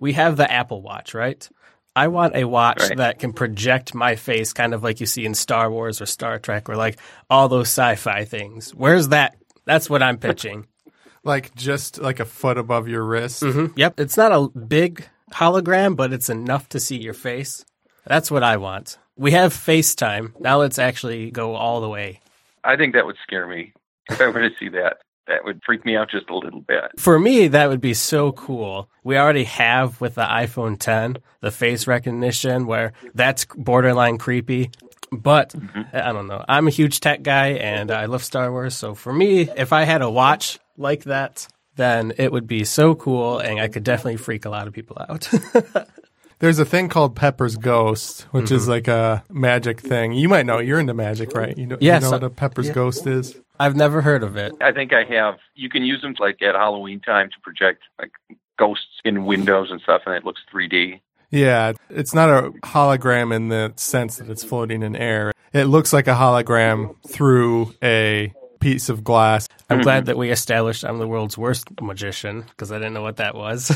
we have the Apple Watch, right? I want a watch Right. that can project my face, kind of like you see in Star Wars or Star Trek, or like all those sci-fi things. Where's that? That's what I'm pitching. Like just like a foot above your wrist. Yep, it's not a big hologram, but it's enough to see your face. That's what I want. We have FaceTime. Now let's actually go all the way. I think that would scare me if I were to see that. That would freak me out just a little bit. For me, that would be so cool. We already have with the iPhone 10 the face recognition, where that's borderline creepy. But Mm-hmm. I don't know. I'm a huge tech guy, and I love Star Wars. So for me, if I had a watch like that, then it would be so cool, and I could definitely freak a lot of people out. There's a thing called Pepper's Ghost, which is Mm-hmm. like a magic thing. You might know. You're into magic, right? You know, Yes, you I- know what a Pepper's Ghost is? I've never heard of it. I think I have. You can use them like at Halloween time to project like ghosts in windows and stuff, and it looks 3D. Yeah. It's not a hologram in the sense that it's floating in air. It looks like a hologram through a piece of glass. I'm glad that we established I'm the world's worst magician because I didn't know what that was.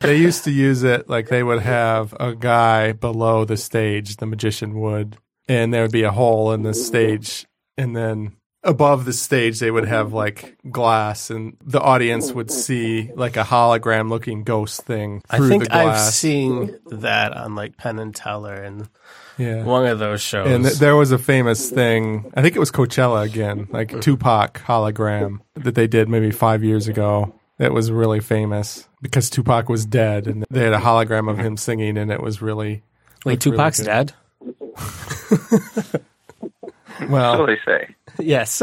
They used to use it like they would have a guy below the stage, the magician would, and there would be a hole in the stage. And then above the stage, they would have like glass, and the audience would see like a hologram looking ghost thing I through think the I've glass. seen that on like Penn and Teller and yeah. one of those shows. and th- there was a famous thing. I think it was Coachella again, like Tupac hologram that they did maybe five years ago. That was really famous because Tupac was dead, and they had a hologram of him singing, and it was really Wait, really Tupac's good. dead? So well. they say. Yes.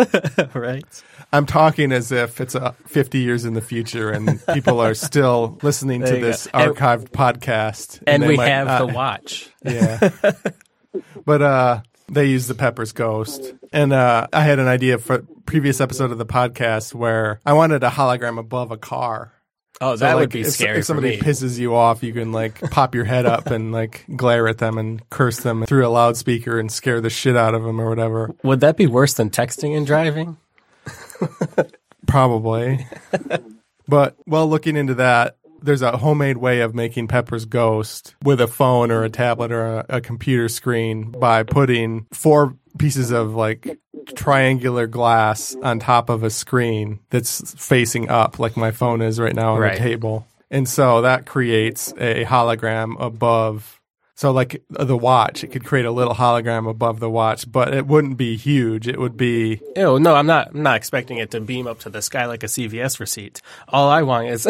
right. I'm talking as if it's uh, 50 years in the future, and people are still listening to There you this go. And- archived podcast. And uh, they we might have the not- watch. Yeah. but uh they use the Pepper's Ghost. And uh I had an idea for previous episode of the podcast where I wanted a hologram above a car. Oh, So, that like, would be if, scary If somebody for me. pisses you off, you can like pop your head up and like glare at them and curse them through a loudspeaker and scare the shit out of them or whatever. Would that be worse than texting and driving? Probably. but while looking into that, there's a homemade way of making Pepper's Ghost with a phone or a tablet or a, a computer screen by putting four pieces of like triangular glass on top of a screen that's facing up, like my phone is right now on Right. the table. And so that creates a hologram above. So, like the watch, it could create a little hologram above the watch, but it wouldn't be huge. It would be Ew, no, I'm not I'm not expecting it to beam up to the sky like a CVS receipt. All I want is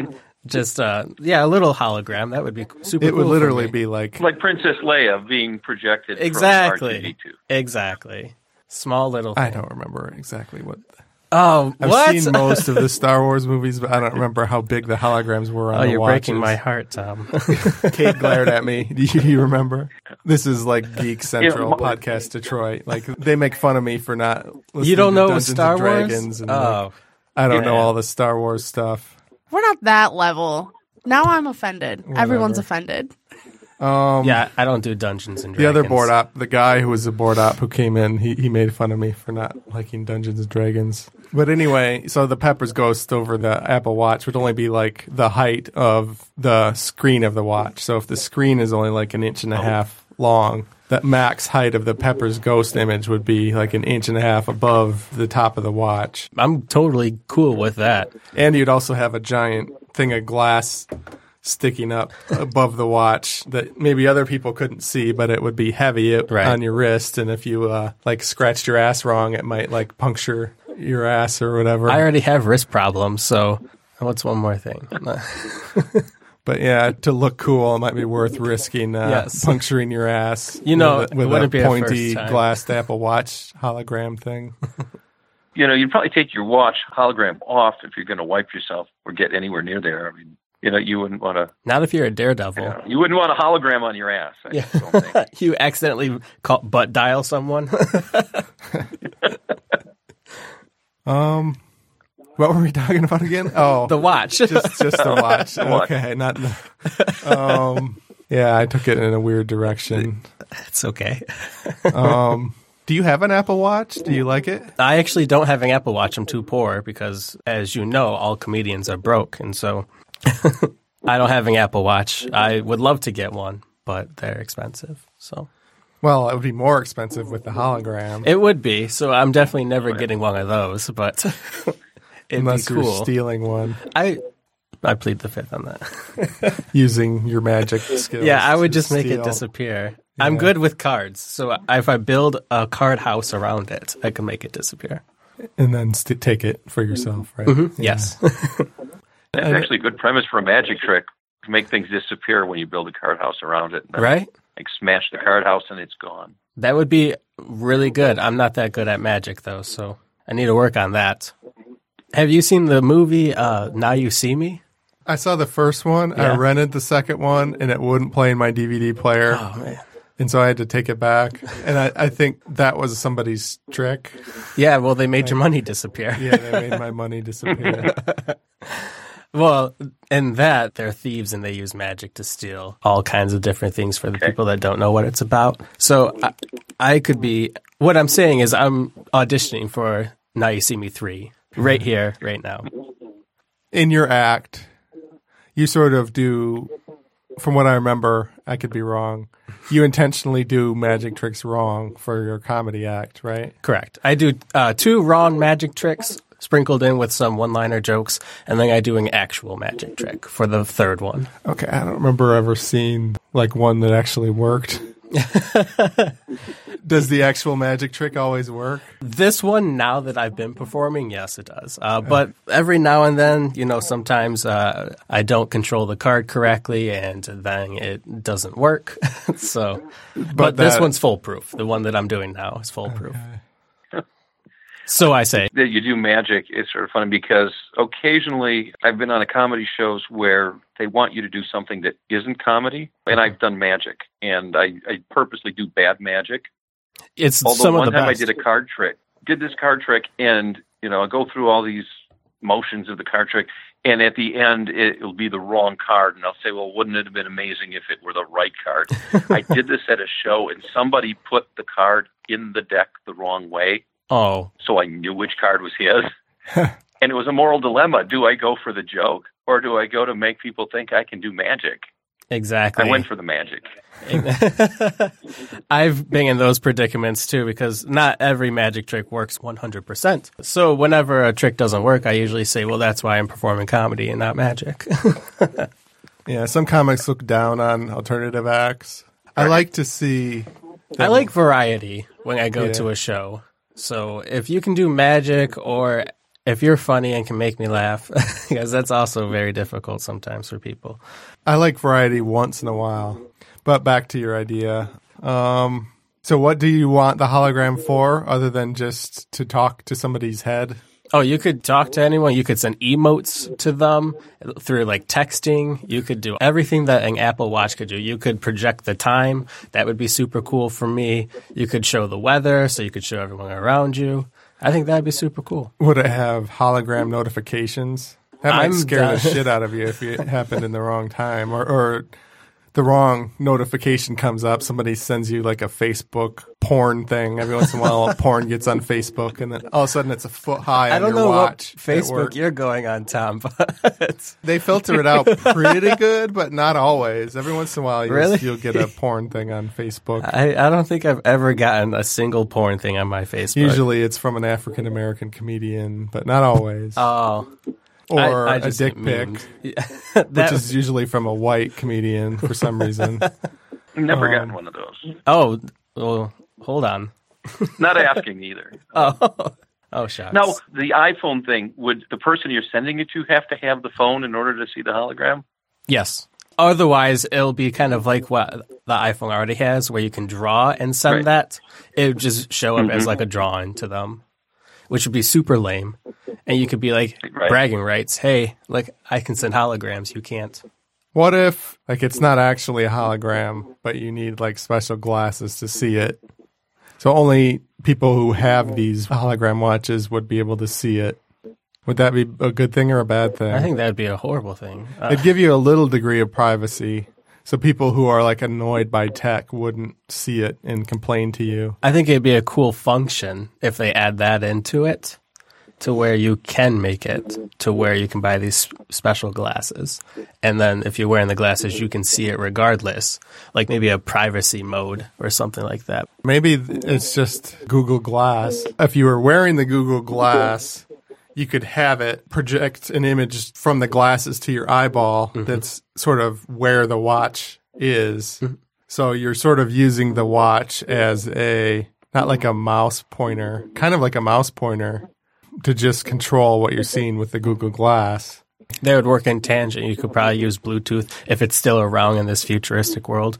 just uh yeah, a little hologram. That would be super It cool would for literally me. be like Like Princess Leia being projected Exactly. from R2D2. Exactly. Small little I thing. don't remember exactly what. Oh, I've what? seen most of the Star Wars movies, but I don't remember how big the holograms were on Oh, the you're watches. breaking my heart, Tom. Kate glared at me. Do you, you remember? This is like Geek Central Yeah, my- podcast Detroit. Like they make fun of me for not. Listening you don't to know Dungeons and Star Wars? Dragons and, like, Oh, I don't know yeah. all the Star Wars stuff. We're not that level. Now I'm offended. Everyone's offended. Um, yeah. I don't do Dungeons and Dragons. The other board op, the guy who was a board op who came in, he, he made fun of me for not liking Dungeons and Dragons. But anyway, so the Pepper's Ghost over the Apple Watch would only be like the height of the screen of the watch. So if the screen is only like an inch and a half long, that max height of the Pepper's Ghost image would be like an inch and a half above the top of the watch. I'm totally cool with that. And you'd also have a giant thing of glass sticking up above the watch that maybe other people couldn't see, but it would be heavy it- Right. on your wrist. And if you uh, like scratched your ass wrong, it might like puncture your ass or whatever. I already have wrist problems, so what's one more thing? but yeah, to look cool, it might be worth risking uh, Yes. puncturing your ass. You know, with it a, with wouldn't be a a first pointy time. glass Apple Watch hologram thing. You know, you'd probably take your watch hologram off if you're going to wipe yourself or get anywhere near there. I mean, you know, you wouldn't want to. Not if you're a daredevil. You, know, you wouldn't want a hologram on your ass. I just don't think. You accidentally call, butt dial someone. Um, what were we talking about again? Oh, the watch. just just the watch. watch. Okay, not the. Um, yeah, I took it in a weird direction. it's okay. Um, do you have an Apple Watch? Do you like it? I actually don't have an Apple Watch. I'm too poor because, as you know, all comedians are broke, and so I don't have an Apple Watch. I would love to get one, but they're expensive. So Well, it would be more expensive with the hologram it would be. So I'm definitely never getting one of those, but it'd unless be you're cool. stealing one I I plead the fifth on that. using your magic skills. Yeah, I would to just make it steal. disappear. I'm good with cards, so if I build a card house around it, I can make it disappear. and then st- take it for yourself, right? Yeah. Yes. That's actually a good premise for a magic trick. To make things disappear when you build a card house around it. And then, right? Like smash the card house and it's gone. That would be really good. I'm not that good at magic though, so I need to work on that. Have you seen the movie uh, Now You See Me? I saw the first one. I Yeah. rented the second one, and it wouldn't play in my DVD player, Oh man. and so I had to take it back. And I, I think that was somebody's trick. Yeah, well they made your money disappear. Yeah, they made my money disappear. Well, in that they're thieves and they use magic to steal all kinds of different things for the people that don't know what it's about. So I, I could be what I'm saying is I'm auditioning for Now You See Me 3 right here right now. in your act, you sort of do, from what I remember, I could be wrong. You intentionally do magic tricks wrong for your comedy act, right? Correct. I do uh, two wrong magic tricks sprinkled in with some one-liner jokes and then I do an actual magic trick for the third one. Okay, I don't remember ever seeing like one that actually worked. Does the actual magic trick always work? This one, now that I've been performing, yes, it does. Uh, but every now and then, you know, sometimes uh, I don't control the card correctly and then it doesn't work. so, but, this that- one's foolproof. The one that I'm doing now is foolproof. so I say, that you do magic is sort of funny because occasionally I've been on a comedy shows where they want you to do something that isn't comedy, and I've done magic, and I, I purposely do bad magic. it's Although some one of the time best. I did a card trick, did this card trick, and you know I go through all these motions of the card trick, and at the end it, it'll be the wrong card, and I'll say, well, wouldn't it have been amazing if it were the right card? I did this at a show, and somebody put the card in the deck the wrong way oh, so I knew which card was his. and it was a moral dilemma. Do I go for the joke or do I go to make people think I can do magic? exactly. I went for the magic. I've been in those predicaments too because not every magic trick works 100%. So whenever a trick doesn't work, I usually say, well, that's why I'm performing comedy and not magic. Yeah, some comics look down on alternative acts. I like to see I like variety when I go Yeah. to a show. So if you can do magic or if you're funny and can make me laugh, because that's also very difficult sometimes for people. I like variety once in a while. But back to your idea. Um, so, what do you want the hologram for other than just to talk to somebody's head? Oh, you could talk to anyone. You could send emotes to them through like texting. You could do everything that an Apple Watch could do. You could project the time. That would be super cool for me. You could show the weather so you could show everyone around you. I think that'd be super cool. Would it have hologram notifications? That might I'm scare the done. shit out of you if it happened in the wrong time or, or the wrong notification comes up. Somebody sends you like a Facebook porn thing. Every once in a while, porn gets on Facebook, and then all of a sudden it's a foot high on I don't your know watch. what at Facebook work. you're going on, Tom, but They filter it out pretty good, but not always. Every once in a while, you'll, Really? Uh, you'll get a porn thing on Facebook. I, I don't think I've ever gotten a single porn thing on my Facebook. Usually, it's from an African American comedian, but not always. Oh, or I- I a just dick pic, memed. which that, is usually from a white comedian for some reason. Never gotten one of those. oh, well, hold on. Not asking either. Oh, oh, shucks. Now, the iPhone thing, would the person you're sending it to have to have the phone in order to see the hologram? Yes. Otherwise, it'll be kind of like what the iPhone already has, where you can draw and send Right. Mm-hmm. that. It would just show up as like a drawing to them, which would be super lame. And you could be like Right. bragging rights. Hey, like I can send holograms. You can't. What if, like, it's not actually a hologram, but you need like special glasses to see it? So only people who have these hologram watches would be able to see it. Would that be a good thing or a bad thing? I think that'd be a horrible thing. Uh, It'd give you a little degree of privacy. So people who are like annoyed by tech wouldn't see it and complain to you. I think it'd be a cool function if they add that into it. to where you can make it to where you can buy these special glasses. And then if you're wearing the glasses, you can see it regardless, like maybe a privacy mode or something like that. Maybe th- it's just Google Glass. If you were wearing the Google Glass, you could have it project an image from the glasses to your eyeball that's sort of where the watch is. So you're sort of using the watch as a not like a mouse pointer, kind of like a mouse pointer to just control what you're seeing with the Google Glass. They would work in tangent. You could probably use Bluetooth if it's still around in this futuristic world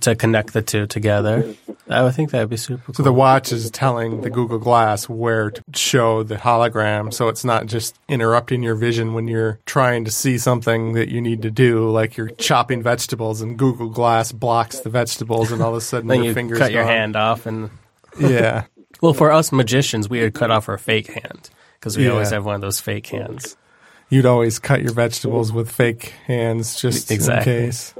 to connect the two together. I would think that'd be super cool. So the watch is telling the Google Glass where to show the hologram so it's not just interrupting your vision when you're trying to see something that you need to do, like you're chopping vegetables and Google Glass blocks the vegetables and all of a sudden then your you fingers cut your gone. hand off and Yeah. well, for us magicians, we would cut off our fake hand because we Yeah. always have one of those fake hands. You'd always cut your vegetables with fake hands just Exactly. in case.